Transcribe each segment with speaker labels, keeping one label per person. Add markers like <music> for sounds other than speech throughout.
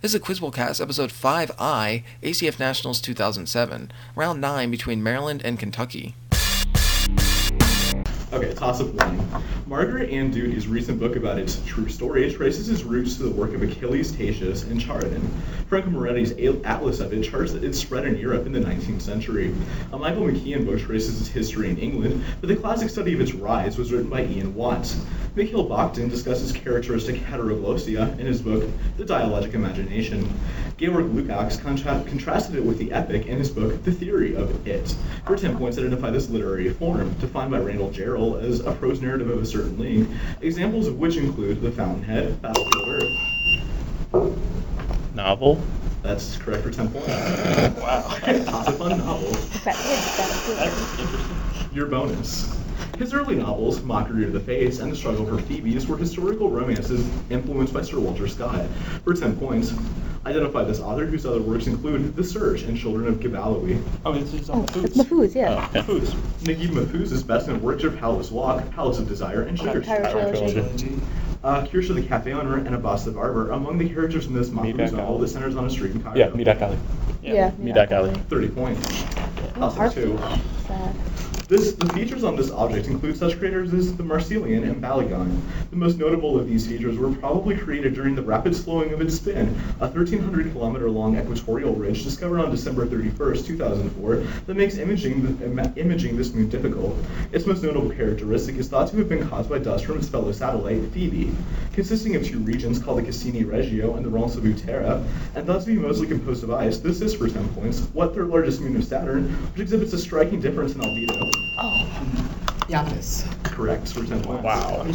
Speaker 1: This is Quiz Bowl Cast, episode 5i, ACF Nationals 2007, round 9 between Maryland and Kentucky.
Speaker 2: Okay, toss up one. Margaret Ann Duty's recent book about its true story traces its roots to the work of Achilles Tatius and Chariton. Franco Moretti's A- Atlas of it charts its spread in Europe in the 19th century. A Michael McKeon book traces its history in England, but the classic study of its rise was written by Ian Watts. Mikhail Bakhtin discusses characteristic heteroglossia in his book The Dialogic Imagination. Georg Lukács contra- contrasted it with the epic in his book The Theory of It. For 10 points, identify this literary form, defined by Randall Jarrell as a prose narrative of a certain league, examples of which include The Fountainhead, Battlefield Earth.
Speaker 3: Novel?
Speaker 2: That's correct for 10 points.
Speaker 3: Wow.
Speaker 2: <laughs> Not a fun novel.
Speaker 3: That's interesting.
Speaker 2: Your bonus. His early novels, Mockery of the Face and The Struggle for Phoebes, were historical romances influenced by Sir Walter Scott. For 10 points, identify this author whose other works include The Search and Children of Gibalowe.
Speaker 3: Oh, this is
Speaker 4: Oh,
Speaker 3: on the
Speaker 4: it's
Speaker 3: foods.
Speaker 4: Mahfouz,
Speaker 3: Oh,
Speaker 4: yeah.
Speaker 3: okay.
Speaker 2: Mahfouz. Naguib Mahfouz is best in works of Palace Walk, Palace of Desire, and Sugar
Speaker 4: Entire
Speaker 2: Shack.
Speaker 4: trilogy.
Speaker 2: Uh, Kirsha the Cafe Owner and Abbas the Barber, among the characters in this Mahfouz
Speaker 3: Midak
Speaker 2: novel
Speaker 3: Ali.
Speaker 2: that centers on a street in Cairo.
Speaker 3: Yeah, Midak Ali.
Speaker 4: Yeah,
Speaker 3: Midak Ali.
Speaker 2: 30 points.
Speaker 4: Oh,
Speaker 2: Awesome, too.
Speaker 4: Sad.
Speaker 2: This, the features on this object include such craters as the Marsilian and Balagon. The most notable of these features were probably created during the rapid slowing of its spin, a 1,300 kilometer long equatorial ridge discovered on December 31, 2004, that makes imaging, the, ima- imaging this moon difficult. Its most notable characteristic is thought to have been caused by dust from its fellow satellite, Phoebe, consisting of two regions called the Cassini Regio and the Rancevu Terra, and thought to be mostly composed of ice. This is, for 10 points, what third largest moon of Saturn, which exhibits a striking difference in albedo.
Speaker 5: Yapis.
Speaker 2: Correct, for 10 points.
Speaker 3: Wow.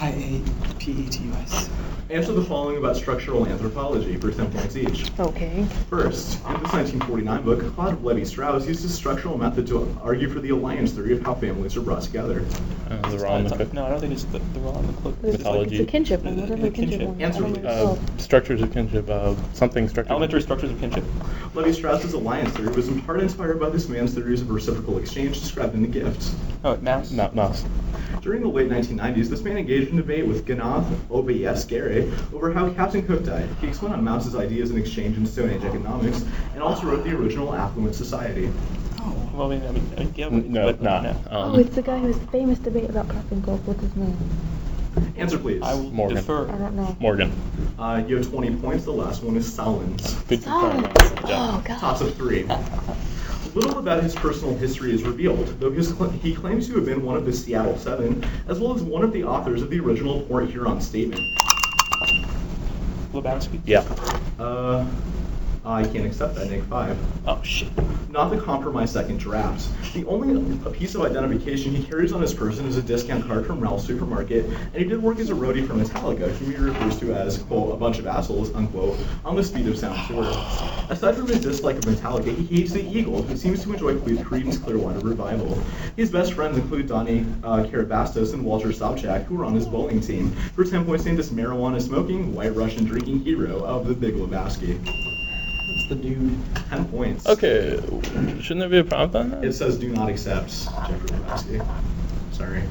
Speaker 5: I A P E T U S.
Speaker 2: Answer the following about structural anthropology for 10 points each.
Speaker 4: Okay.
Speaker 2: First, in this 1949 book, Claude Levi Strauss used his structural method to argue for the alliance theory of how families are brought together.
Speaker 3: Uh, the
Speaker 5: It's
Speaker 3: raw and the
Speaker 5: not-
Speaker 3: cook.
Speaker 5: No, I don't think it's the, the raw and the cloak.
Speaker 4: It's,
Speaker 5: It's like
Speaker 3: Mythology.
Speaker 4: it's a kinship one,
Speaker 5: Yeah,
Speaker 4: whatever kinship, Oh,
Speaker 5: kinship.
Speaker 4: one.
Speaker 2: Answer
Speaker 4: I don't
Speaker 2: please.
Speaker 3: Uh,
Speaker 4: know.
Speaker 3: structures of kinship. Uh, something structured.
Speaker 5: elementary structures of kinship.
Speaker 2: Levi Strauss's alliance theory was in part inspired by this man's theories of reciprocal exchange described in The Gift.
Speaker 5: Oh, mouse.
Speaker 3: No, mouse.
Speaker 2: During the late 1990s, this man engaged in debate with Ganath Obayes Gare over how Captain Cook died. He explored on Mouse's ideas in exchange in Stone Age economics and also wrote the original Affluent Society.
Speaker 5: Well, I mean, I mean, I get what
Speaker 3: N-
Speaker 5: it's-
Speaker 3: No,
Speaker 5: but,
Speaker 3: not.
Speaker 5: no.
Speaker 3: Um,
Speaker 4: oh, it's the guy who was the famous debate about Captain Gold. What's his name?
Speaker 2: Answer, please.
Speaker 5: I will
Speaker 3: Morgan.
Speaker 4: I
Speaker 5: defer.
Speaker 4: don't know.
Speaker 3: Morgan.
Speaker 2: Uh, you have 20 points. The last one is Solins.
Speaker 3: Good
Speaker 4: Silence.
Speaker 3: job. Good
Speaker 4: Oh
Speaker 3: job.
Speaker 2: Toss
Speaker 4: God.
Speaker 2: of three. Little about his personal history is revealed, though his cl- he claims to have been one of the Seattle Seven, as well as one of the authors of the original Port Huron Statement.
Speaker 5: Lebowski.
Speaker 3: Yeah.
Speaker 2: Uh, I can't accept that, Nick Five.
Speaker 5: Oh shit.
Speaker 2: Not the compromise second draft. The only uh, piece of identification he carries on his person is a discount card from Ralph's Supermarket, and he did work as a roadie for Metallica, whom he refers to as, quote, a bunch of assholes, unquote, on the speed of sound tour. Aside from his dislike of Metallica, he hates the Eagle, who seems to enjoy Cle- Creedence Clearwater Revival. His best friends include Donnie uh, Karabastos and Walter Sobchak, who were on his bowling team. For 10 points, named this marijuana smoking, white Russian drinking hero of the Big Lebowski.
Speaker 5: That's the dude.
Speaker 2: 10 points.
Speaker 3: Okay. Shouldn't there be a prompt on that?
Speaker 2: It says do not accept Jeffrey Lebowski. Sorry.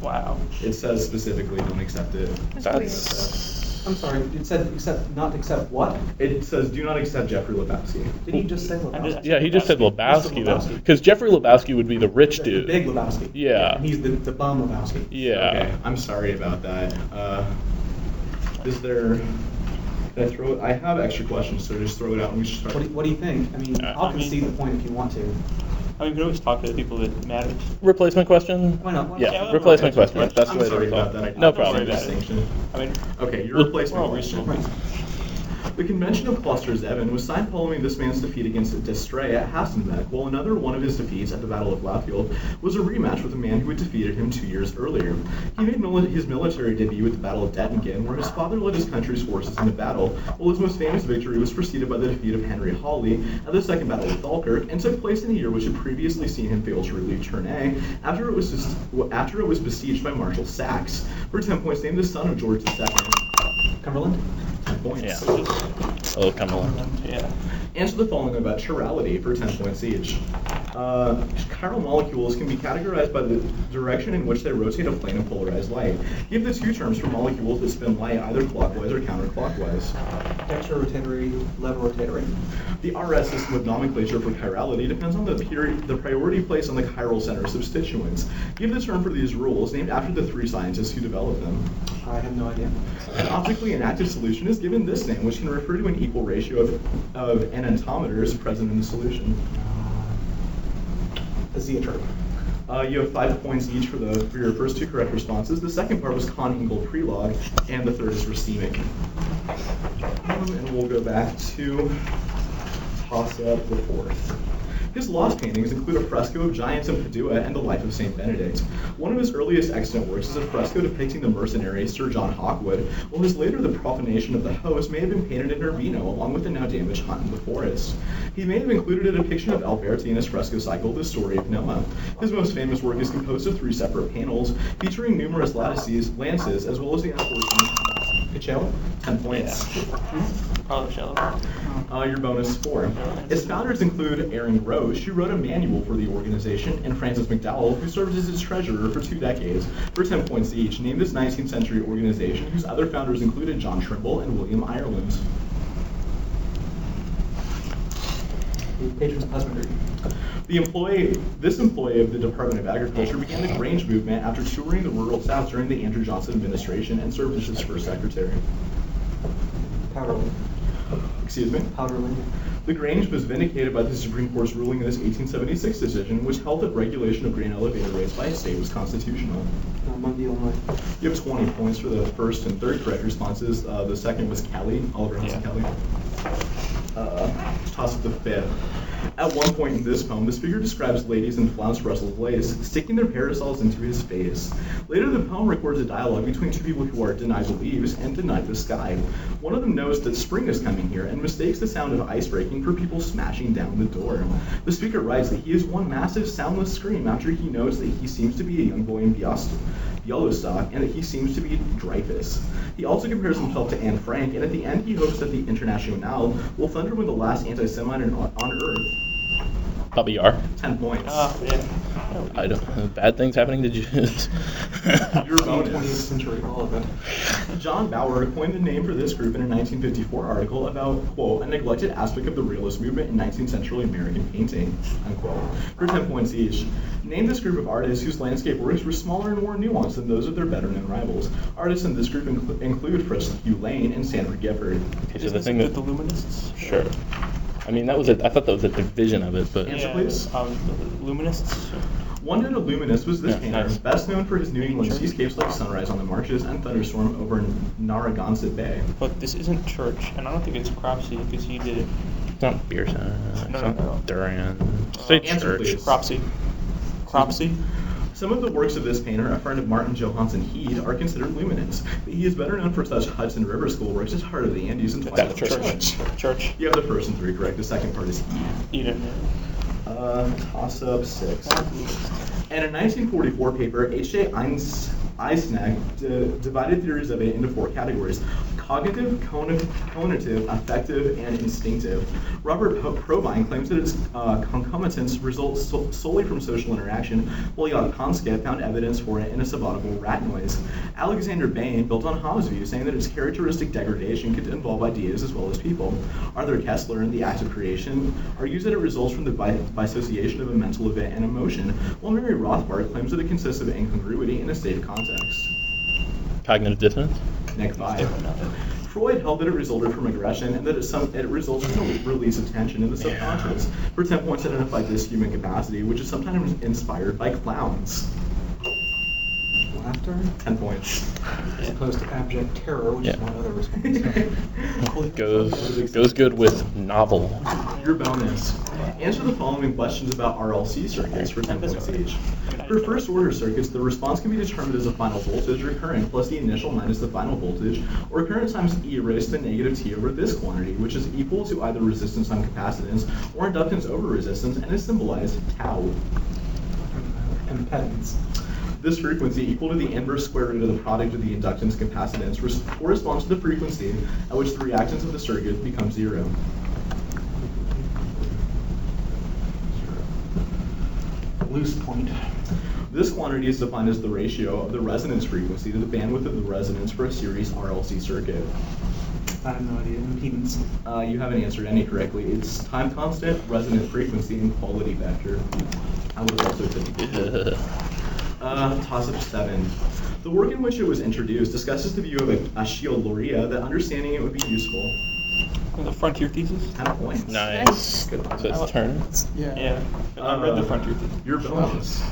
Speaker 5: Wow.
Speaker 2: It says specifically don't accept it.
Speaker 3: That's.
Speaker 6: I'm sorry, it said accept, not accept what?
Speaker 2: It says do not accept Jeffrey Lebowski.
Speaker 6: Did he just say
Speaker 5: I just-
Speaker 6: Lebowski?
Speaker 3: Yeah, he just said Lebowski,
Speaker 6: Mr.
Speaker 3: though.
Speaker 6: Lebowski.
Speaker 3: Because Jeffrey Lebowski would be the rich
Speaker 6: The
Speaker 3: dude.
Speaker 6: big Lebowski.
Speaker 3: Yeah.
Speaker 6: And he's the, the bum Lebowski.
Speaker 2: Okay,
Speaker 3: Yeah.
Speaker 2: I'm sorry about that. Uh, is there? Did I throw? It? I have extra questions, so just throw it out and we should start.
Speaker 6: What do, what do you think? I mean,
Speaker 3: Uh,
Speaker 6: I'll
Speaker 5: I mean-
Speaker 6: concede the point if you want to.
Speaker 5: I mean, we could always talk to the people that it matters.
Speaker 3: Replacement question?
Speaker 6: Why not? Why
Speaker 3: Yeah,
Speaker 6: not?
Speaker 5: Yeah,
Speaker 3: replacement
Speaker 5: why not?
Speaker 3: question. That's
Speaker 2: I'm
Speaker 3: the way to
Speaker 2: sorry
Speaker 3: resolve
Speaker 2: about that. I did
Speaker 3: No
Speaker 2: not see
Speaker 3: problem.
Speaker 2: the Distinction.
Speaker 5: I mean,
Speaker 2: Okay, your
Speaker 3: Well,
Speaker 2: replacement.
Speaker 5: well,
Speaker 2: question.
Speaker 5: reasonable.
Speaker 2: The convention of clusters, Evan, was signed following this man's defeat against Destray at Hassenbeck, while another one of his defeats at the Battle of Blaufield was a rematch with a man who had defeated him two years earlier. He made mili- his military debut at the Battle of Dettingen, where his father led his country's forces into battle, while his most famous victory was preceded by the defeat of Henry Hawley at the Second Battle of Falkirk, and took place in a year which had previously seen him fail to relieve Tournai after it was, dis- after it was besieged by Marshal Saxe. For 10 points, named the son of George II.
Speaker 6: Cumberland?
Speaker 2: 10 points.
Speaker 3: Yeah. A little come along.
Speaker 5: yeah.
Speaker 2: Answer the following about chirality for 10 points each. Uh, chiral molecules can be categorized by the direction in which they rotate a plane of polarized light. Give the two terms for molecules that spin light either clockwise or counterclockwise.
Speaker 6: Dextrorotatory, levorotatory.
Speaker 2: The RS system of nomenclature for chirality depends on the, peri- the priority placed on the chiral center substituents. Give the term for these rules named after the three scientists who developed them.
Speaker 6: I have no idea.
Speaker 2: An optically inactive solution is given this name, which can refer to an equal ratio of, of enantometers present in the solution.
Speaker 6: A zeotrope.
Speaker 2: Uh, you have five points each for the for your first two correct responses. The second part was con Engel prelog, and the third is racemic. Um, and we'll go back to toss up the fourth. His lost paintings include a fresco of giants in Padua and the life of Saint Benedict. One of his earliest extant works is a fresco depicting the mercenary Sir John Hawkwood, while his later The Profanation of the Host may have been painted in Urbino along with the now damaged Hunt in the Forest. He may have included a depiction of Alberti in his fresco cycle, The Story of Noah. His most famous work is composed of three separate panels featuring numerous lattices, lances, as well as the unfortunate
Speaker 6: Coachella?
Speaker 2: 10 points.
Speaker 5: Probably Ah, shallow.
Speaker 2: Uh, your bonus four. Its founders include Aaron Grosh, who wrote a manual for the organization, and Francis McDowell, who served as its treasurer for two decades, for 10 points each, named this 19th century organization, whose other founders included John Trimble and William Ireland.
Speaker 6: The patron's husbandry.
Speaker 2: The employee, this employee of the Department of Agriculture began the Grange movement after touring the rural South during the Andrew Johnson administration and served as its first secretary.
Speaker 6: Powderland.
Speaker 2: Excuse me?
Speaker 6: Powderland.
Speaker 2: Lagrange was vindicated by the Supreme Court's ruling in this 1876 decision, which held that regulation of grain elevator rates by a state was constitutional.
Speaker 6: Uh, Mundy, Illinois.
Speaker 2: You have 20 points for the first and third correct responses. Uh, the second was Kelly, Oliver Hudson
Speaker 5: Yeah.
Speaker 2: Kelly. Uh, toss of the fifth. At one point in this poem, the speaker describes ladies in flounced rustled lace sticking their parasols into his face. Later, the poem records a dialogue between two people who are denied the leaves and denied the sky. One of them knows that spring is coming here and mistakes the sound of ice breaking for people smashing down the door. The speaker writes that he is one massive soundless scream after he knows that he seems to be a young boy in Bialystok, Yellowstock, and that he seems to be Dreyfus. He also compares himself to Anne Frank, and at the end he hopes that the Internationale will thunder with the last anti-Semite on, on Earth.
Speaker 3: Probably are.
Speaker 2: Ten points.
Speaker 5: Ah, yeah.
Speaker 3: I don't. Bad things happening to Jews.
Speaker 2: Your
Speaker 6: Twentieth
Speaker 2: bonus.
Speaker 6: century, all of it.
Speaker 2: John Bauer coined the name for this group in a 1954 article about, quote, a neglected aspect of the realist movement in 19th century American painting, unquote, for 10 points each. Name this group of artists whose landscape works were smaller and more nuanced than those of their better known rivals. Artists in this group inclu- include Fritz Hugh Lane and Sanford Gifford.
Speaker 3: Okay, so
Speaker 5: Is
Speaker 3: the
Speaker 5: this
Speaker 3: thing
Speaker 5: the
Speaker 3: that.
Speaker 5: Luminists?
Speaker 3: Sure. I mean, that was a. I thought that was a division of it, but.
Speaker 2: Answer,
Speaker 5: Yeah,
Speaker 2: plees.
Speaker 5: Um, Luminists?
Speaker 2: One noted illuminist was this
Speaker 3: Yeah,
Speaker 2: painter,
Speaker 3: nice.
Speaker 2: best known for his New England
Speaker 5: Sure.
Speaker 2: seascapes like Sunrise on the Marshes and Thunderstorm over Narragansett Bay.
Speaker 5: But this isn't church, and I don't think it's Cropsy because he did it.
Speaker 3: It's not beer. Uh, it's
Speaker 5: No, no,
Speaker 3: not
Speaker 5: no.
Speaker 3: Durian. Say
Speaker 5: Um,
Speaker 2: answer,
Speaker 3: church.
Speaker 2: please.
Speaker 5: Cropsy. Cropsy?
Speaker 2: Some of the works of this painter, a friend of Martin Johansson Heed, are considered luminance, but he is better known for such Hudson River School works as Heart of the Andes and Twilight
Speaker 3: That's
Speaker 2: of
Speaker 3: church.
Speaker 2: Church.
Speaker 5: Church.
Speaker 2: You have the first and three correct. The second part is Heed.
Speaker 5: Eden.
Speaker 2: Uh, toss up six. And in a 1944 paper, H.J. Eins- Eisenach d- divided theories of it into four categories cognitive, cognitive, conative, affective, and instinctive. Robert po- Provine claims that its uh, concomitants result so- solely from social interaction, while Jan Konska found evidence for it in a subaudible rat noise. Alexander Bain built on Hobbes' view, saying that its characteristic degradation could involve ideas as well as people. Arthur Kessler in The Act of Creation argues that it results from the bi- dissociation of a mental event and emotion, while Mary Rothbard claims that it consists of incongruity in a safe context.
Speaker 3: Cognitive dissonance.
Speaker 2: Nick five. Freud held that it resulted from aggression and that it, some, it results from the release of tension in the subconscious. For 10 points, identify this human capacity, which is sometimes inspired by clowns.
Speaker 6: Laughter,
Speaker 2: 10 points.
Speaker 6: as opposed to abject terror, which is
Speaker 3: Yeah.
Speaker 6: one other response.
Speaker 3: Goes goes good with novel.
Speaker 2: Your bonus. Answer the following questions about RLC circuits for 10 points each. For first order circuits, the response can be determined as a final voltage or current plus the initial minus the final voltage, or current times E raised to negative T over this quantity, which is equal to either resistance on capacitance or inductance over resistance and is symbolized tau.
Speaker 6: Impedance.
Speaker 2: This frequency equal to the inverse square root of the product of the inductance capacitance res- corresponds to the frequency at which the reactance of the circuit becomes zero.
Speaker 6: loose point.
Speaker 2: This quantity is defined as the ratio of the resonance frequency to the bandwidth of the resonance for a series RLC circuit.
Speaker 6: I have no idea. Impedance.
Speaker 2: Uh, you haven't answered any correctly. It's time constant, resonance frequency, and quality factor. I would have also been. Uh, toss up seven. The work in which it was introduced discusses the view of a, a shield loria that understanding it would be useful.
Speaker 5: The frontier thesis?
Speaker 2: Kind of points.
Speaker 3: Nice.
Speaker 2: Good one.
Speaker 3: So it's turn.
Speaker 5: Yeah. I read the frontier thesis.
Speaker 2: Your bones.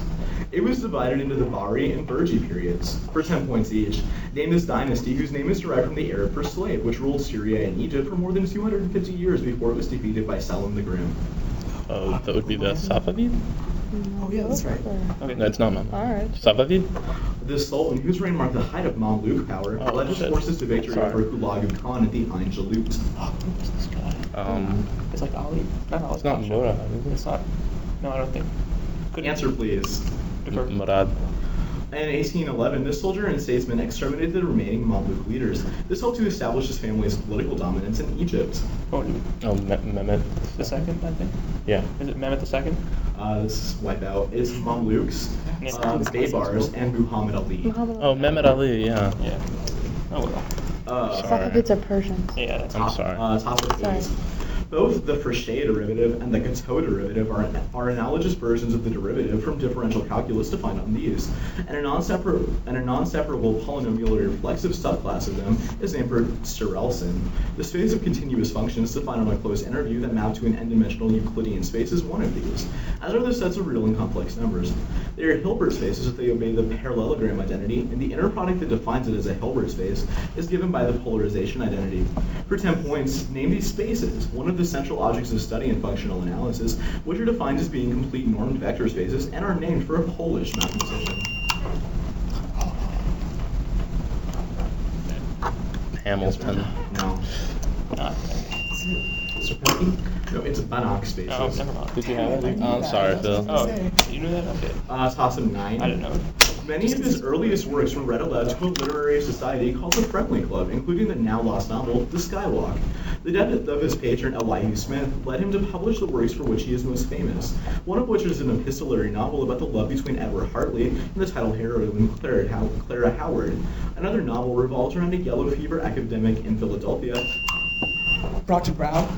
Speaker 2: It was divided into the Bari and Burji periods, for 10 points each, named this dynasty whose name is derived from the Arab for slave, which ruled Syria and Egypt for more than 250 years before it was defeated by Salim the Grim.
Speaker 3: Oh, that would be the Safavid?
Speaker 4: Mm,
Speaker 6: Oh, yeah, that's right.
Speaker 5: Okay.
Speaker 3: No, it's not Mamluk.
Speaker 4: Alright.
Speaker 3: Safavid?
Speaker 2: This sultan, whose reign marked the height of Mamluk power,
Speaker 3: Oh,
Speaker 2: led his
Speaker 3: shit.
Speaker 2: forces to victory
Speaker 3: Sorry.
Speaker 2: over Hulagu Khan at the Ain Jalut.
Speaker 5: Who's this guy?
Speaker 3: Um,
Speaker 5: It's like Ali. Not Ali.
Speaker 3: it's not Murad, is it?
Speaker 5: It's not. No, I don't think. Couldn't-
Speaker 2: Answer, please.
Speaker 5: Defer.
Speaker 3: Murad.
Speaker 2: In 1811, this soldier and statesman exterminated the remaining Mamluk leaders. This helped to establish his family's political dominance in Egypt.
Speaker 5: Oh, dude.
Speaker 3: Oh, Me- Mehmet.
Speaker 5: The second, I think.
Speaker 3: Yeah.
Speaker 5: Is it Mehmet the second?
Speaker 2: Uh, this is Wipeout. It's Mamluks,
Speaker 5: Yeah.
Speaker 2: um, Baybars, and Muhammad Ali.
Speaker 4: Muhammad
Speaker 3: Oh, Mehmet Ali, yeah.
Speaker 5: Yeah. Oh well.
Speaker 2: Uh,
Speaker 3: Sorry.
Speaker 4: Safavids are Persians.
Speaker 5: <laughs> Yeah, that's
Speaker 3: I'm
Speaker 2: top,
Speaker 3: sorry.
Speaker 2: Uh, top of
Speaker 4: Sorry.
Speaker 2: these. Both the Frechet derivative and the Coteau derivative are, are analogous versions of the derivative from differential calculus defined on these, and a non-separable, and a non-separable polynomial or reflexive subclass of them is named for Stirelson. The space of continuous functions defined on a closed interview that map to an n-dimensional Euclidean space is one of these, as are the sets of real and complex numbers. They are Hilbert spaces if they obey the parallelogram identity, and the inner product that defines it as a Hilbert space is given by the polarization identity. For 10 points, name these spaces, one of the central objects of study in functional analysis, which are defined as being complete normed vector spaces and are named for a Polish mathematician.
Speaker 3: Hamilton.
Speaker 2: No.
Speaker 5: not.
Speaker 2: No, it's Banach spaces.
Speaker 5: Oh, never mind.
Speaker 3: Did you have it? Oh, I'm sorry, Phil.
Speaker 5: Oh, you knew that? Okay.
Speaker 2: Uh, Tosum 9.
Speaker 5: I didn't know.
Speaker 2: Many of his earliest works were read aloud to a literary society called the Friendly Club, including the now lost novel, The Skywalk. The death of his patron, Elihu Smith, led him to publish the works for which he is most famous, one of which is an epistolary novel about the love between Edward Hartley and the title heroine, Clara, How- Clara Howard. Another novel revolves around a yellow fever epidemic in Philadelphia.
Speaker 6: Brought to brow.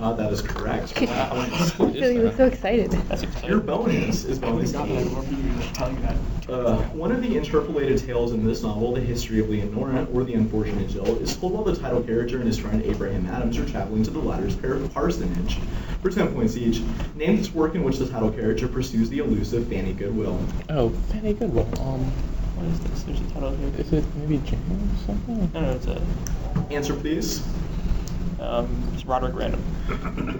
Speaker 2: Uh, that is
Speaker 4: <laughs>
Speaker 2: correct.
Speaker 4: I feel you were so excited.
Speaker 5: That's exciting.
Speaker 2: Your bonus is bonus. eight. Uh, one of the interpolated tales in this novel, The History of Leonora, or The Unfortunate Jill, is told while the title character and his friend Abraham Adams are traveling to the latter's par- parsonage. For 10 points each, name this work in which the title character pursues the elusive Fanny Goodwill.
Speaker 3: Oh, Fanny Goodwill. Um,
Speaker 5: What is this? There's a title here.
Speaker 3: is it maybe James or something?
Speaker 5: No, no, it's a.
Speaker 2: Answer, please.
Speaker 5: Um, it's Roderick Random.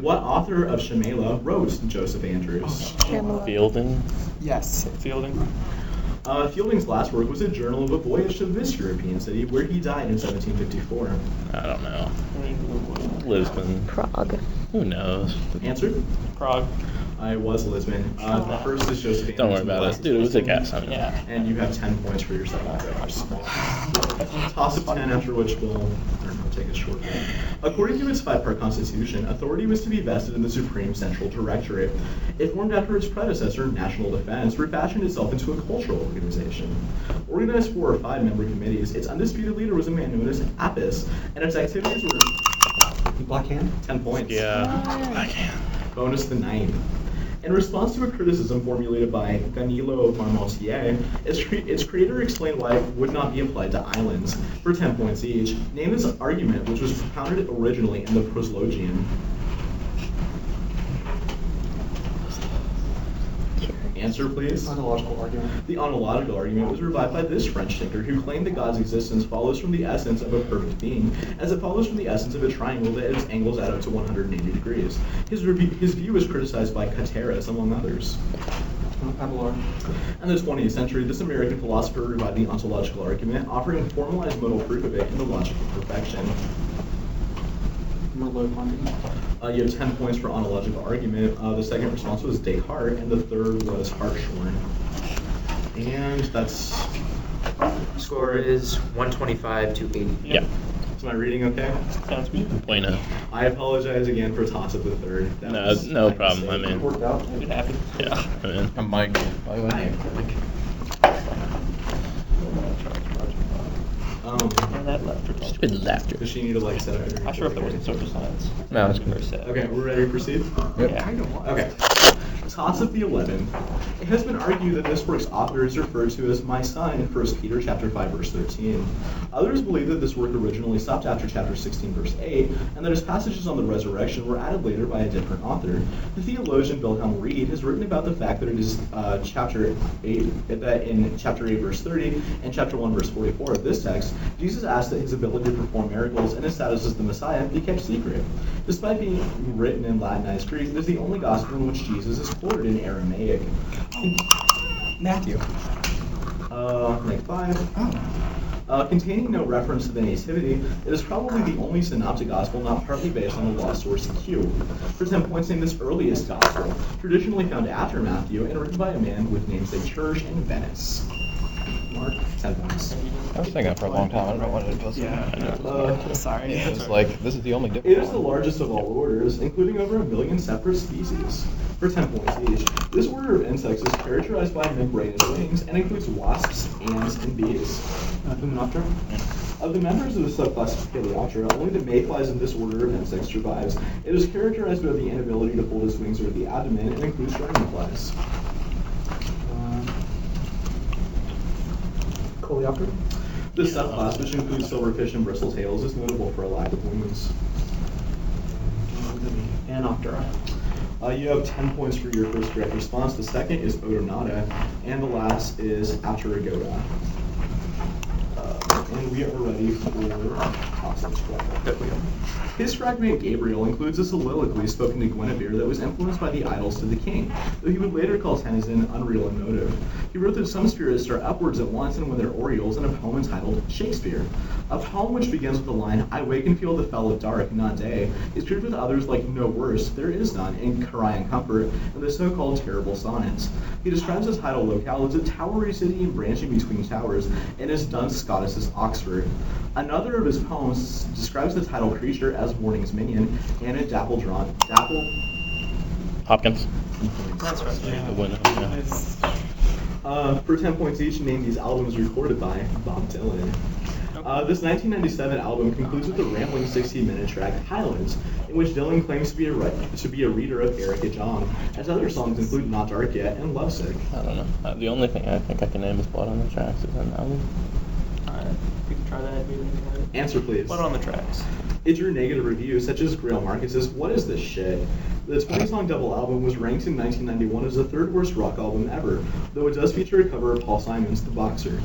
Speaker 2: What author of Shamela wrote Joseph Andrews?
Speaker 4: Pamela.
Speaker 3: Fielding.
Speaker 6: Yes.
Speaker 5: Fielding.
Speaker 2: Uh, Fielding's last work was a journal of a voyage to this European city, where he died in 1754.
Speaker 3: I don't know.
Speaker 5: I mean,
Speaker 3: Lisbon.
Speaker 4: Prague.
Speaker 3: Who knows?
Speaker 2: Answer?
Speaker 5: Prague.
Speaker 2: I was Lisbon. Uh, the first is Joseph Andrews.
Speaker 3: Don't worry
Speaker 2: and the
Speaker 3: about
Speaker 2: last
Speaker 3: it.
Speaker 2: is
Speaker 3: Dude, it was a
Speaker 2: Lisbon.
Speaker 3: guess. I mean,
Speaker 5: Yeah.
Speaker 2: And you have 10 points for your second round. Toss of 10, after which we'll, I don't know, take a short break. According to its five-part constitution, authority was to be vested in the Supreme Central Directorate. It formed after its predecessor, National Defense, refashioned itself into a cultural organization. Organized four or five-member committees, its undisputed leader was a man known as Apis, and its activities were
Speaker 6: Black hand.
Speaker 2: 10 points.
Speaker 3: Yeah. I can't.
Speaker 2: Bonus the ninth. In response to a criticism formulated by Danilo Marmontier, its, cre- its creator explained why it would not be applied to islands. For 10 points each, name this argument which was propounded originally in the Proslogian. Answer, please.
Speaker 6: Ontological argument.
Speaker 2: The ontological argument was revived by this French thinker who claimed that God's existence follows from the essence of a perfect being, as it follows from the essence of a triangle that its angles add up to 180 degrees. His, rebu- his view was criticized by Cateras, among others.
Speaker 6: Abelard.
Speaker 2: In the 20th century, this American philosopher revived the ontological argument, offering a formalized modal proof of it in the logic of perfection.
Speaker 6: Merleau Ponty.
Speaker 2: Uh, you have 10 points for ontological argument. Uh, the second response was Descartes, and the third was Hartshorn. And that's
Speaker 7: Score is 125 to 80.
Speaker 3: Yeah.
Speaker 2: So Am I reading okay?
Speaker 5: Sounds good.
Speaker 3: Why not?
Speaker 2: I apologize again for toss up the third. That
Speaker 3: No,
Speaker 2: was
Speaker 3: no
Speaker 2: my
Speaker 3: problem.
Speaker 2: mistake.
Speaker 3: I'm in.
Speaker 6: Worked out.
Speaker 5: It happened.
Speaker 3: Yeah, I'm in.
Speaker 7: I'm Mike, by the
Speaker 2: I
Speaker 7: way.
Speaker 2: am quick. Um,
Speaker 5: And that left for
Speaker 3: Stupid laughter.
Speaker 2: does she need a like set up?
Speaker 5: I sure if that wasn't social science.
Speaker 7: No, it's good.
Speaker 5: First set.
Speaker 2: Okay, we're ready to proceed.
Speaker 7: Yep.
Speaker 5: Yeah.
Speaker 2: Okay. Toss of the eleven. It has been argued that this work's author is referred to as my son in 1 Peter chapter 5 verse 13. Others believe that this work originally stopped after chapter 16 verse 8, and that his passages on the resurrection were added later by a different author. The theologian Wilhelm Reed has written about the fact that it is uh, chapter 8 that in chapter 8 verse 30 and chapter 1 verse 44 of this text, Jesus asked that his ability to perform miracles and his status as the Messiah be kept secret. Despite being written in Latinized Greek, it is the only gospel in which Jesus is quoted in Aramaic.
Speaker 6: Matthew.
Speaker 2: Uh, like five. Uh, containing no reference to the Nativity, it is probably the only synoptic gospel not partly based on the lost source Q. For some points in this earliest gospel, traditionally found after Matthew and written by a man with namesake church in Venice. Mark, ten points.
Speaker 7: I was thinking that for a long time. I don't know what it was.
Speaker 2: Uh,
Speaker 6: Sorry.
Speaker 7: It was like, this is the only different
Speaker 2: It is the largest of all orders, including over a billion separate species. For 10 points each, this order of insects is characterized by membranous wings and includes wasps, ants, and bees.
Speaker 6: Uh, Hymenoptera.
Speaker 2: Of the members of the subclass Coleoptera, only the mayflies in this order of insects survives. It is characterized by the inability to fold its wings over the abdomen and includes dragonflies.
Speaker 6: Uh, Coleoptera.
Speaker 2: The subclass, which includes silverfish and bristletails, is notable for a lack of wings.
Speaker 6: Anoptera.
Speaker 2: Uh, you have 10 points for your first correct response. The second is Odonata, and the last is Atarigota. Uh, and we are ready for Thompson's correct. His fragment Gabriel includes a soliloquy spoken to Guinevere that was influenced by the idols to the king, though he would later call Tennyson unreal in motive. He wrote that some spirits start upwards at once and when they're orioles in a poem entitled Shakespeare. A poem which begins with the line, I wake and feel the fell of dark, not day, is paired with others like No Worse, There Is None, in Corian Comfort, and the so-called Terrible Sonnets. He describes his title locale as a towery city and branching between towers, and is done Scottish as Oxford. Another of his poems describes the title creature as Morning's minion and a dapple drawn dapple.
Speaker 3: Hopkins.
Speaker 5: That's right.
Speaker 3: The winner. Yeah.
Speaker 2: Uh, for 10 points each, name these albums recorded by Bob Dylan. Uh, this 1997 album concludes with the rambling 60-minute track "Highlands," in which Dylan claims to be a re- to be a reader of Erica Jong, as other songs include "Not Dark Yet" and "Lovesick."
Speaker 3: I don't know. Uh, the only thing I think I can name is Blood on the Tracks. Is that an album?
Speaker 5: Alright, we can try that. maybe we can-
Speaker 2: Answer, please.
Speaker 5: What on the tracks?
Speaker 2: It drew negative reviews, such as Grail Marcus's What Is This Shit? The 20 song double album was ranked in 1991 as the third worst rock album ever, though it does feature a cover of Paul Simon's The Boxer.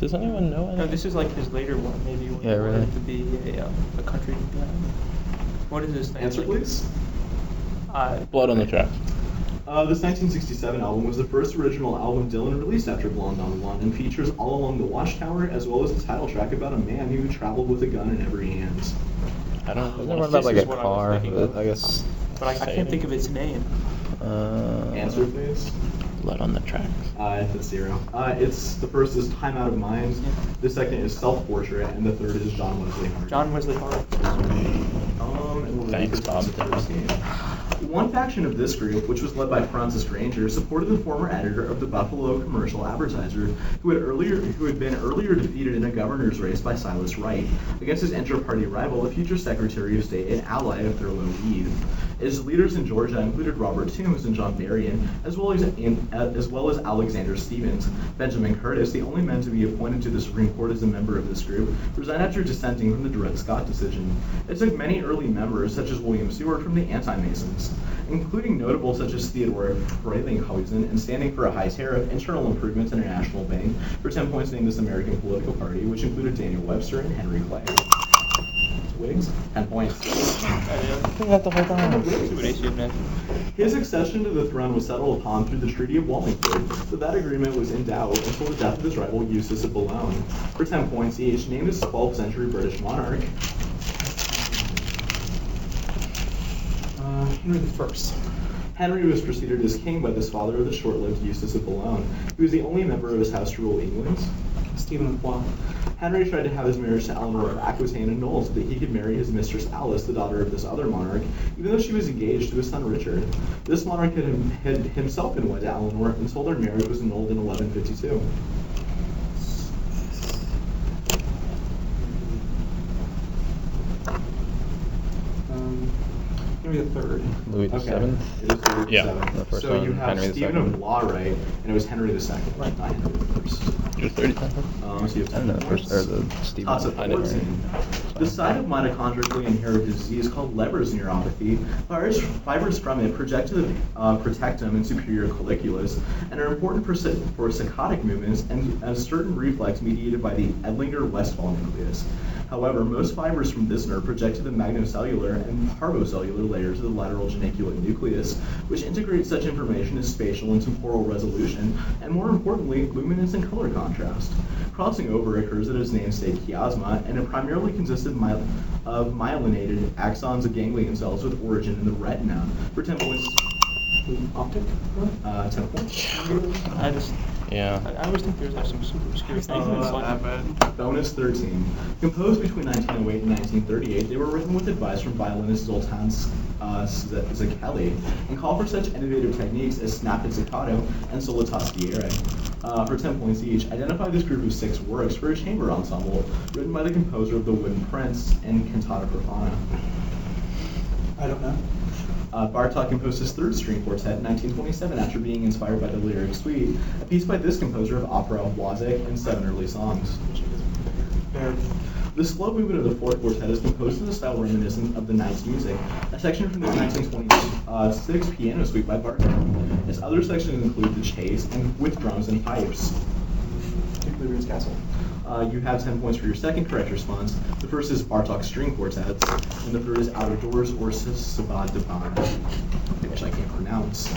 Speaker 3: Does anyone know any?
Speaker 5: No, this is like his later one, maybe. when he
Speaker 3: Yeah, really.
Speaker 5: wanted To be a, um, a country guy. What is this thing?
Speaker 2: Answer,
Speaker 5: Like,
Speaker 2: please.
Speaker 5: Uh,
Speaker 3: Blood on the Tracks.
Speaker 2: Uh, this 1967 album was the first original album Dylan released after Blonde on Blonde and features All Along the Watchtower as well as the title track about a man who traveled with a gun in every hand.
Speaker 3: I don't.
Speaker 7: Isn't
Speaker 3: know.
Speaker 7: it one
Speaker 5: This
Speaker 7: about like
Speaker 5: is
Speaker 7: a
Speaker 5: what I was
Speaker 7: car?
Speaker 5: thinking
Speaker 7: that-
Speaker 5: of.
Speaker 7: I guess.
Speaker 5: but I, I can't think of its name.
Speaker 3: Uh,
Speaker 2: Answer, please.
Speaker 3: Blood on the Tracks.
Speaker 2: Uh, it's a zero. Uh, it's the first is Time Out of Mind, the second is Self Portrait, and the third is John Wesley Harding.
Speaker 5: John Wesley Harding.
Speaker 2: Um, and we'll
Speaker 3: Thanks,
Speaker 2: read
Speaker 3: Bob.
Speaker 2: the first game. One faction of this group, which was led by Francis Granger, supported the former editor of the Buffalo Commercial Advertiser, who had earlier who had been earlier defeated in a governor's race by Silas Wright against his inter-party rival, the future Secretary of State and ally of Thurlow Weed. Its leaders in Georgia included Robert Toombs and John Marion, as well as and, as well as Alexander Stevens. Benjamin Curtis, the only man to be appointed to the Supreme Court as a member of this group, resigned after dissenting from the Dred Scott decision. It took many early members, such as William Seward from the anti-Masons, including notable such as Theodore Frelinghuysen and standing for a high tariff, internal improvements, and a national bank, for 10 points named this American political party, which included Daniel Webster and Henry Clay. Whigs, 10 points.
Speaker 5: What is your name?
Speaker 2: His accession to the throne was settled upon through the Treaty of Wallingford, but that agreement was in doubt until the death of his rival Eustace of Boulogne. For 10 points each, named as 12th century British monarch.
Speaker 6: Uh, Henry the First.
Speaker 2: Henry was preceded as king by his father, the short-lived Eustace of Boulogne, who was the only member of his house to rule England.
Speaker 6: Stephen of Blois.
Speaker 2: Henry tried to have his marriage to Eleanor of Aquitaine annulled so that he could marry his mistress Alice, the daughter of this other monarch, even though she was engaged to his son Richard. This monarch had, him, had himself been wed to Eleanor until their marriage was annulled in 1152.
Speaker 6: Um, Henry the Third.
Speaker 7: Louis the
Speaker 2: Okay.
Speaker 7: Seventh.
Speaker 2: It is Louis the
Speaker 3: Yeah,
Speaker 2: Seventh.
Speaker 7: the first
Speaker 2: so you
Speaker 7: one,
Speaker 2: have
Speaker 7: Henry the
Speaker 2: Stephen
Speaker 7: Second.
Speaker 2: of Lawright, and it was Henry the Second,
Speaker 6: Right.
Speaker 2: not Henry the First.
Speaker 7: You're thirty. I
Speaker 2: Um, so you have
Speaker 7: don't know the first or the Stephen.
Speaker 2: Lots of
Speaker 7: I didn't
Speaker 2: poison. The side of mitochondrially inherited disease called Leber's neuropathy, fibers, fibers from it project to the uh, protectum and superior colliculus, and are important for, sy- for saccadic movements and a certain reflex mediated by the Edlinger-Westphal nucleus. However, most fibers from this nerve project to the magnocellular and parvocellular layers of the lateral geniculate nucleus, which integrate such information as spatial and temporal resolution, and more importantly, luminance and color contrast. Crossing over occurs at its namesake chiasma, and it primarily consists of, my, of myelinated axons of ganglion cells with origin in the retina. For temple,
Speaker 6: The Optic. one?
Speaker 2: uh, temple.
Speaker 5: I just, I,
Speaker 3: Yeah.
Speaker 5: I always think there's like some super obscure thing that's like.
Speaker 2: Bonus 13. Composed between 1908 and 1938, they were written with advice from violinist Zoltan S- uh, S- Zicali and call for such innovative techniques as snap and staccato and solitastiere. Uh, for 10 points each, identify this group of six works for a chamber ensemble written by the composer of The Wooden Prince and Cantata Profana.
Speaker 6: I don't know.
Speaker 2: Uh, Bartok composed his third string quartet in 1927 after being inspired by the Lyric Suite, a piece by this composer of opera, Wozzeck, and seven early songs.
Speaker 6: Bear.
Speaker 2: The slow movement of the fourth quartet is composed in a style reminiscent of the night's music, a section from the 1926 piano suite by Bartok. Its other sections include the chase and with drums and pipes.
Speaker 6: Particularly Rune's Castle.
Speaker 2: Uh, you have 10 points for your second correct response. The first is Bartok string quartets, and the third is Out of Doors or Sabad Depan, which I can't pronounce.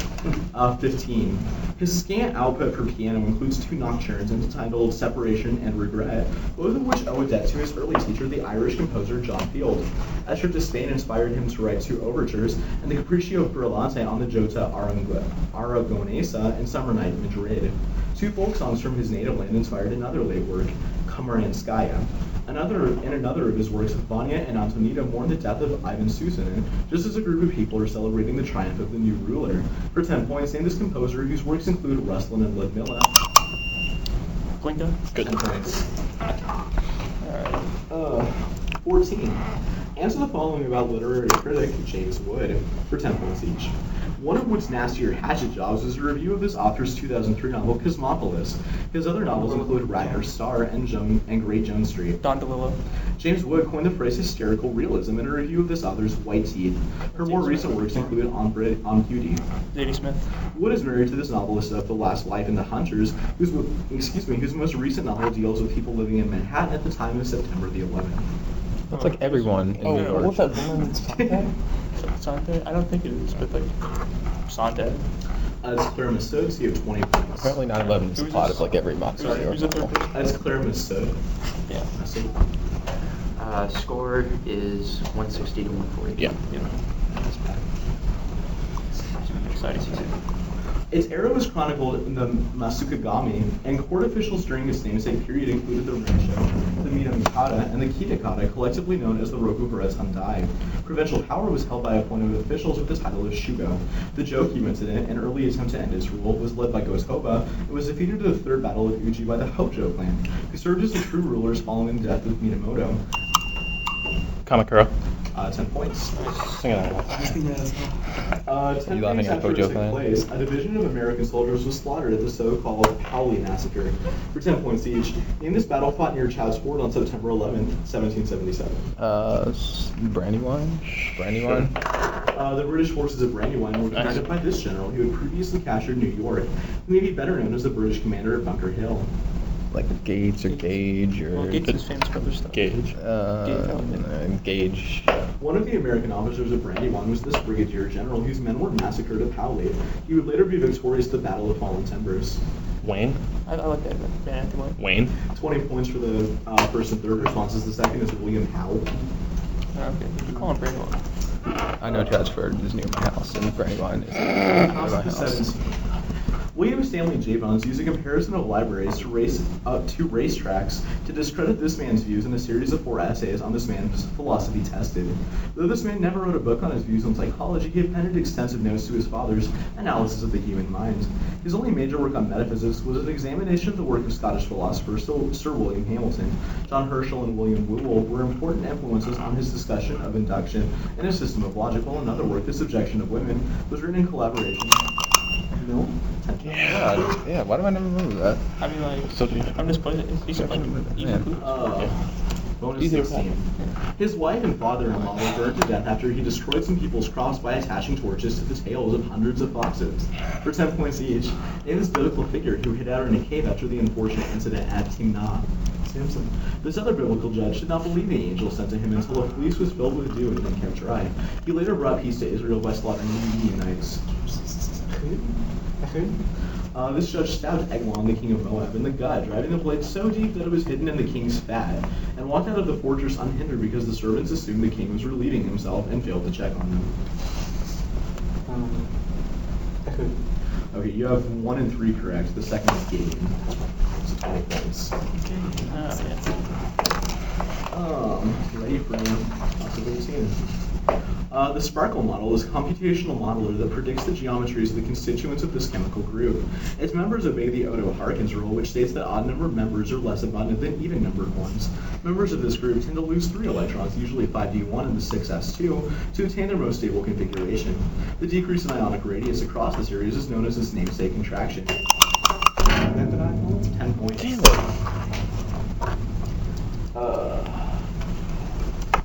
Speaker 2: Uh, 15. His scant output for piano includes two nocturnes entitled Separation and Regret, both of which owe a debt to his early teacher, the Irish composer John Field. Esther Disdain inspired him to write two overtures, and the Capriccio Brillante on the Jota Arangu- Aragonesa and Summer Night in Madrid. Two folk songs from his native land inspired another late work, Kamaranskaya. Another, in another of his works, Vanya and Antonita mourn the death of Ivan Susanin, just as a group of people are celebrating the triumph of the new ruler. For 10 points, name this composer whose works include Rustlin and Ludmilla.
Speaker 5: Blinka.
Speaker 2: 10 points.
Speaker 5: Alright.
Speaker 2: Uh, 14. Answer the following about literary critic James Wood for 10 points each. One of Wood's nastier hatchet jobs was a review of this author's 2003 novel Cosmopolis. His other novels include Ratner Star and, Joan, and Great Joan Street.
Speaker 5: Don DeLillo.
Speaker 2: James Wood coined the phrase hysterical realism in a review of this author's White Teeth. Her more recent works include On, Brit- On Beauty.
Speaker 5: Zadie Smith.
Speaker 2: Wood is married to this novelist of The Last Life and the Hunters, whose, excuse me, whose most recent novel deals with people living in Manhattan at the time of September the 11th.
Speaker 7: That's like everyone in
Speaker 3: Oh,
Speaker 7: New York.
Speaker 3: what's that woman?
Speaker 5: Sante? I don't think it is, but like Sante.
Speaker 2: <laughs> As Claire Masseau, so you have 20 points.
Speaker 7: Apparently 9/11 is
Speaker 5: Who's
Speaker 7: a plot
Speaker 5: this?
Speaker 7: of like every mock
Speaker 5: Who's-
Speaker 7: New York
Speaker 5: who's the
Speaker 7: novel.
Speaker 5: third person?
Speaker 2: As Claire Masseau.
Speaker 5: Yeah.
Speaker 2: Masseau.
Speaker 8: Uh, score is 160 to 140.
Speaker 7: Yeah.
Speaker 5: Exciting season.
Speaker 2: Its era was chronicled in the Masukagami, and court officials during its namesake period included the Rensho, the Minamikata, and the Kitakata, collectively known as the Rokuburetsu Handai. Provincial power was held by appointed officials with the title of Shugo. The Jokyou incident, an early attempt to end its rule, was led by Gotoba and was defeated in the Third Battle of Uji by the Hojo clan, who served as the true rulers following the death of Minamoto.
Speaker 3: Kamakura.
Speaker 2: Uh, 10 points.
Speaker 3: Sing it out.
Speaker 2: Uh,
Speaker 7: Are
Speaker 2: ten
Speaker 7: you laughing
Speaker 2: days
Speaker 7: at
Speaker 2: after
Speaker 7: Hojo
Speaker 2: it took
Speaker 7: Clan?
Speaker 2: place, a division of American soldiers was slaughtered at the so-called Cowley Massacre for 10 points each. In this battle fought near Child's Ford on September 11th, 1777.
Speaker 7: Uh, s- Brandywine. Brandywine.
Speaker 2: Uh, the British forces of Brandywine were commanded by this general who had previously captured New York, who may be better known as the British commander at Bunker Hill.
Speaker 7: Like Gates or Gage or.
Speaker 5: Well, Gates is famous for other stuff.
Speaker 3: Gage.
Speaker 7: Uh, Gage.
Speaker 2: One of the American officers of Brandywine was this brigadier general whose men were massacred at Cowley. He would later be victorious at the Battle of Fallen Timbers.
Speaker 3: Wayne.
Speaker 5: I, I like that Van Anthem one.
Speaker 3: Wayne.
Speaker 2: 20 points for the uh, first and third responses. The second is William Howell.
Speaker 5: Oh, Okay. We call him Brandywine.
Speaker 3: Uh,
Speaker 5: <laughs>
Speaker 7: I know Chatsford is near my house, and Brandywine is near my
Speaker 2: House of the
Speaker 7: house.
Speaker 2: Seven. William Stanley Jevons used a comparison of libraries to race uh, to racetracks to discredit this man's views in a series of four essays on this man's philosophy tested. Though this man never wrote a book on his views on psychology, he appended extensive notes to his father's analysis of the human mind. His only major work on metaphysics was an examination of the work of Scottish philosophers Sil- Sir William Hamilton. John Herschel and William Whewell were important influences on his discussion of induction and his system of logic, while another work, The Subjection of Women, was written in collaboration.
Speaker 6: No.
Speaker 7: Yeah, yeah. Why do I never remember that?
Speaker 5: I mean, like,
Speaker 7: So do you-
Speaker 5: I'm just playing it. It's easy, like, easy
Speaker 7: Yeah.
Speaker 5: clues.
Speaker 3: Oh.
Speaker 2: Uh, bonus
Speaker 7: Easier
Speaker 2: 16. His wife and father-in-law were burned to death after he destroyed some people's crops by attaching torches to the tails of hundreds of foxes for 10 points each. Name this biblical figure who hid out in a cave after the unfortunate incident at Timnah.
Speaker 6: Samson.
Speaker 2: This other biblical judge did not believe the angel sent to him until the fleece was filled with dew and then kept dry. He later brought peace to Israel by slaughtering the Midianites.
Speaker 6: Ehud? Ehud?
Speaker 2: Uh, this judge stabbed Eglon, the king of Moab, in the gut, driving the blade so deep that it was hidden in the king's fat, and walked out of the fortress unhindered because the servants assumed the king was relieving himself and failed to check on him.
Speaker 6: Um, Ehud.
Speaker 2: Okay, you have one and three correct. The second is Gideon. So 20 points.
Speaker 5: Ah, yeah.
Speaker 2: Um, ready for possible team. Uh, the Sparkle model is a computational modeler that predicts the geometries of the constituents of this chemical group. Its members obey the Odo-Harkins rule, which states that odd-numbered members are less abundant than even-numbered ones. Members of this group tend to lose three electrons, usually 5d1 and the 6s2, to obtain their most stable configuration. The decrease in ionic radius across the series is known as its namesake contraction.
Speaker 6: That did I roll?
Speaker 2: 10 points. Uh,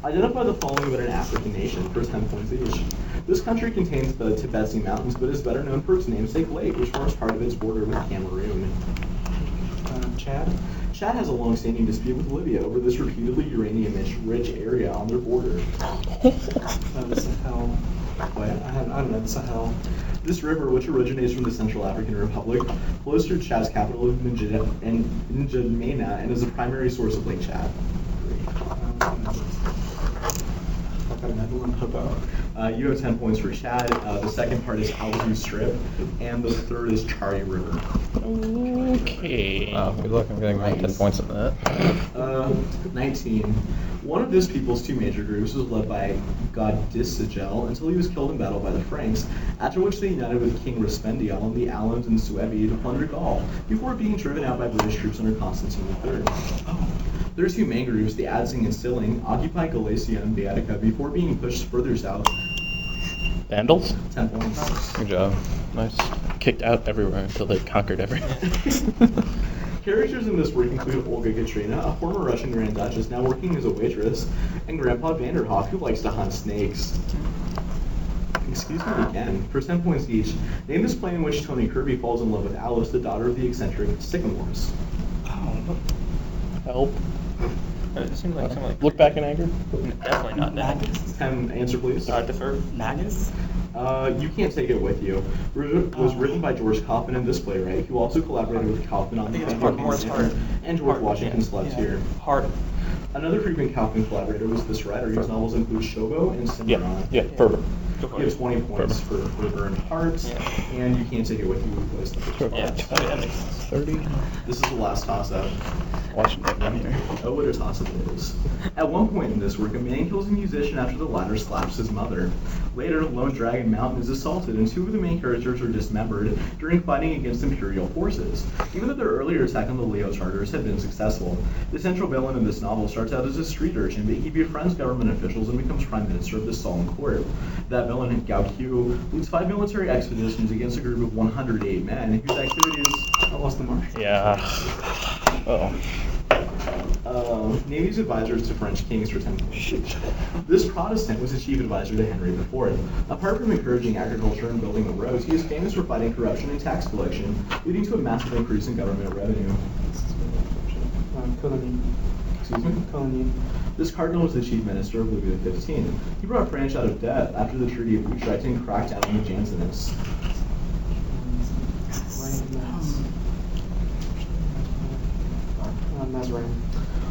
Speaker 2: identify the following but an African nation for 10 points each. This country contains the Tibetsi Mountains, but is better known for its namesake lake, which forms part of its border with Cameroon.
Speaker 6: Uh, Chad?
Speaker 2: Chad has a long-standing dispute with Libya over this reputedly uranium-rich area on their border.
Speaker 4: <laughs>
Speaker 3: <laughs>
Speaker 6: Uh, the Sahel. I, I, had, I don't know, the Sahel.
Speaker 2: This river, which originates from the Central African Republic, flows through Chad's capital of N'Djamena and, N'Djamena and is a primary source of Lake Chad.
Speaker 6: Um, I've got another one. Hobo.
Speaker 2: Uh, you have 10 points for Chad. Uh, the second part is Alzu Strip, and the third is Chari River.
Speaker 3: Okay.
Speaker 7: Wow, Oh, good
Speaker 5: Uh,
Speaker 7: luck. I'm getting around 10 points on that.
Speaker 2: Uh, 19. One of this people's two major groups was led by god Disagel until he was killed in battle by the Franks, after which they united with King Respendial and the Alans and Suevi to plunder Gaul, before being driven out by British troops under Constantine III. Their two main groups, the Adsing and Stilling, occupied Galatia and Beatica before being pushed further south.
Speaker 3: Vandals
Speaker 2: 10 points.
Speaker 7: Good job. Nice.
Speaker 3: kicked out everywhere until they conquered everything.
Speaker 5: <laughs>
Speaker 2: <laughs> Characters in this work include Olga Katrina, a former Russian Grand Duchess now working as a waitress, and Grandpa Vanderhoff, who likes to hunt snakes. Excuse me again. For 10 points each, name this play in which Tony Kirby falls in love with Alice, the daughter of the eccentric Sycamores.
Speaker 5: Oh,
Speaker 3: Help.
Speaker 5: no. it seemed like something like.
Speaker 3: Look back in anger.
Speaker 5: Definitely not that.
Speaker 2: 10 answer, please.
Speaker 5: So I defer.
Speaker 9: Magus?
Speaker 2: Uh, you can't take it with you. Ri-
Speaker 5: Oh.
Speaker 2: Was written by George Kaufman and this playwright, who also collaborated with Kaufman on
Speaker 5: I think it's
Speaker 2: Frank
Speaker 5: Park
Speaker 2: Hopkins'
Speaker 5: Morris Hart.
Speaker 2: and George
Speaker 5: Hart,
Speaker 2: Washington's
Speaker 5: yeah.
Speaker 2: Left
Speaker 5: Yeah.
Speaker 2: Here.
Speaker 5: Hart.
Speaker 2: Another frequent Kaufman collaborator was this writer, whose novels include Shogo and
Speaker 3: Yeah,
Speaker 2: Cimarron.
Speaker 3: yeah, fervor.
Speaker 5: Go for
Speaker 2: You have
Speaker 5: it.
Speaker 2: 20 points for River and Hearts,
Speaker 5: Yeah.
Speaker 2: and you can't take it with you. with those numbers.
Speaker 5: Yeah, that that makes sense.
Speaker 7: 30.
Speaker 2: This is the last toss-up.
Speaker 7: Watching that one here.
Speaker 2: Oh, what a toss-up it is. At one point in this work, a man kills a musician after the latter slaps his mother. Later, Lone Dragon Mountain is assaulted, and two of the main characters are dismembered during fighting against Imperial forces, even though their earlier attack on the Leo Tartars had been successful. The central villain in this novel starts out as a street urchin, but he befriends government officials and becomes prime minister of the Solemn Court. That villain, Gao Qiu, leads five military expeditions against a group of 108 men whose activities
Speaker 6: I lost the mark.
Speaker 3: Yeah. Oh.
Speaker 2: um, Navy's advisors to French kings for 10 points. This Protestant was the chief advisor to Henry IV. Apart from encouraging agriculture and building the roads, he is famous for fighting corruption and tax collection, leading to a massive increase in government revenue.
Speaker 6: Um, Coligny.
Speaker 2: Excuse me?
Speaker 6: Coligny.
Speaker 2: This cardinal was the chief minister of Louis XV. He brought France out of debt after the Treaty of Utrecht and cracked down on the Jansenists.
Speaker 6: Uh, Mazarin.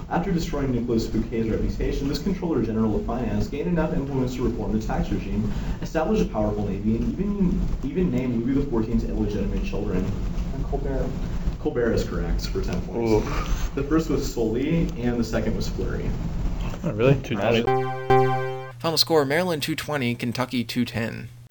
Speaker 2: After destroying Nicolas Fouquet's reputation, this controller general of finance gained enough influence to reform the tax regime, establish a powerful navy, and even even name Louis XIV's illegitimate children.
Speaker 6: Colbert.
Speaker 2: Colbert is correct for 10 points. The first was Sully, and the second was Fleury.
Speaker 7: Oh, really?
Speaker 3: Two twenty.
Speaker 1: Final score Maryland 220, Kentucky 210.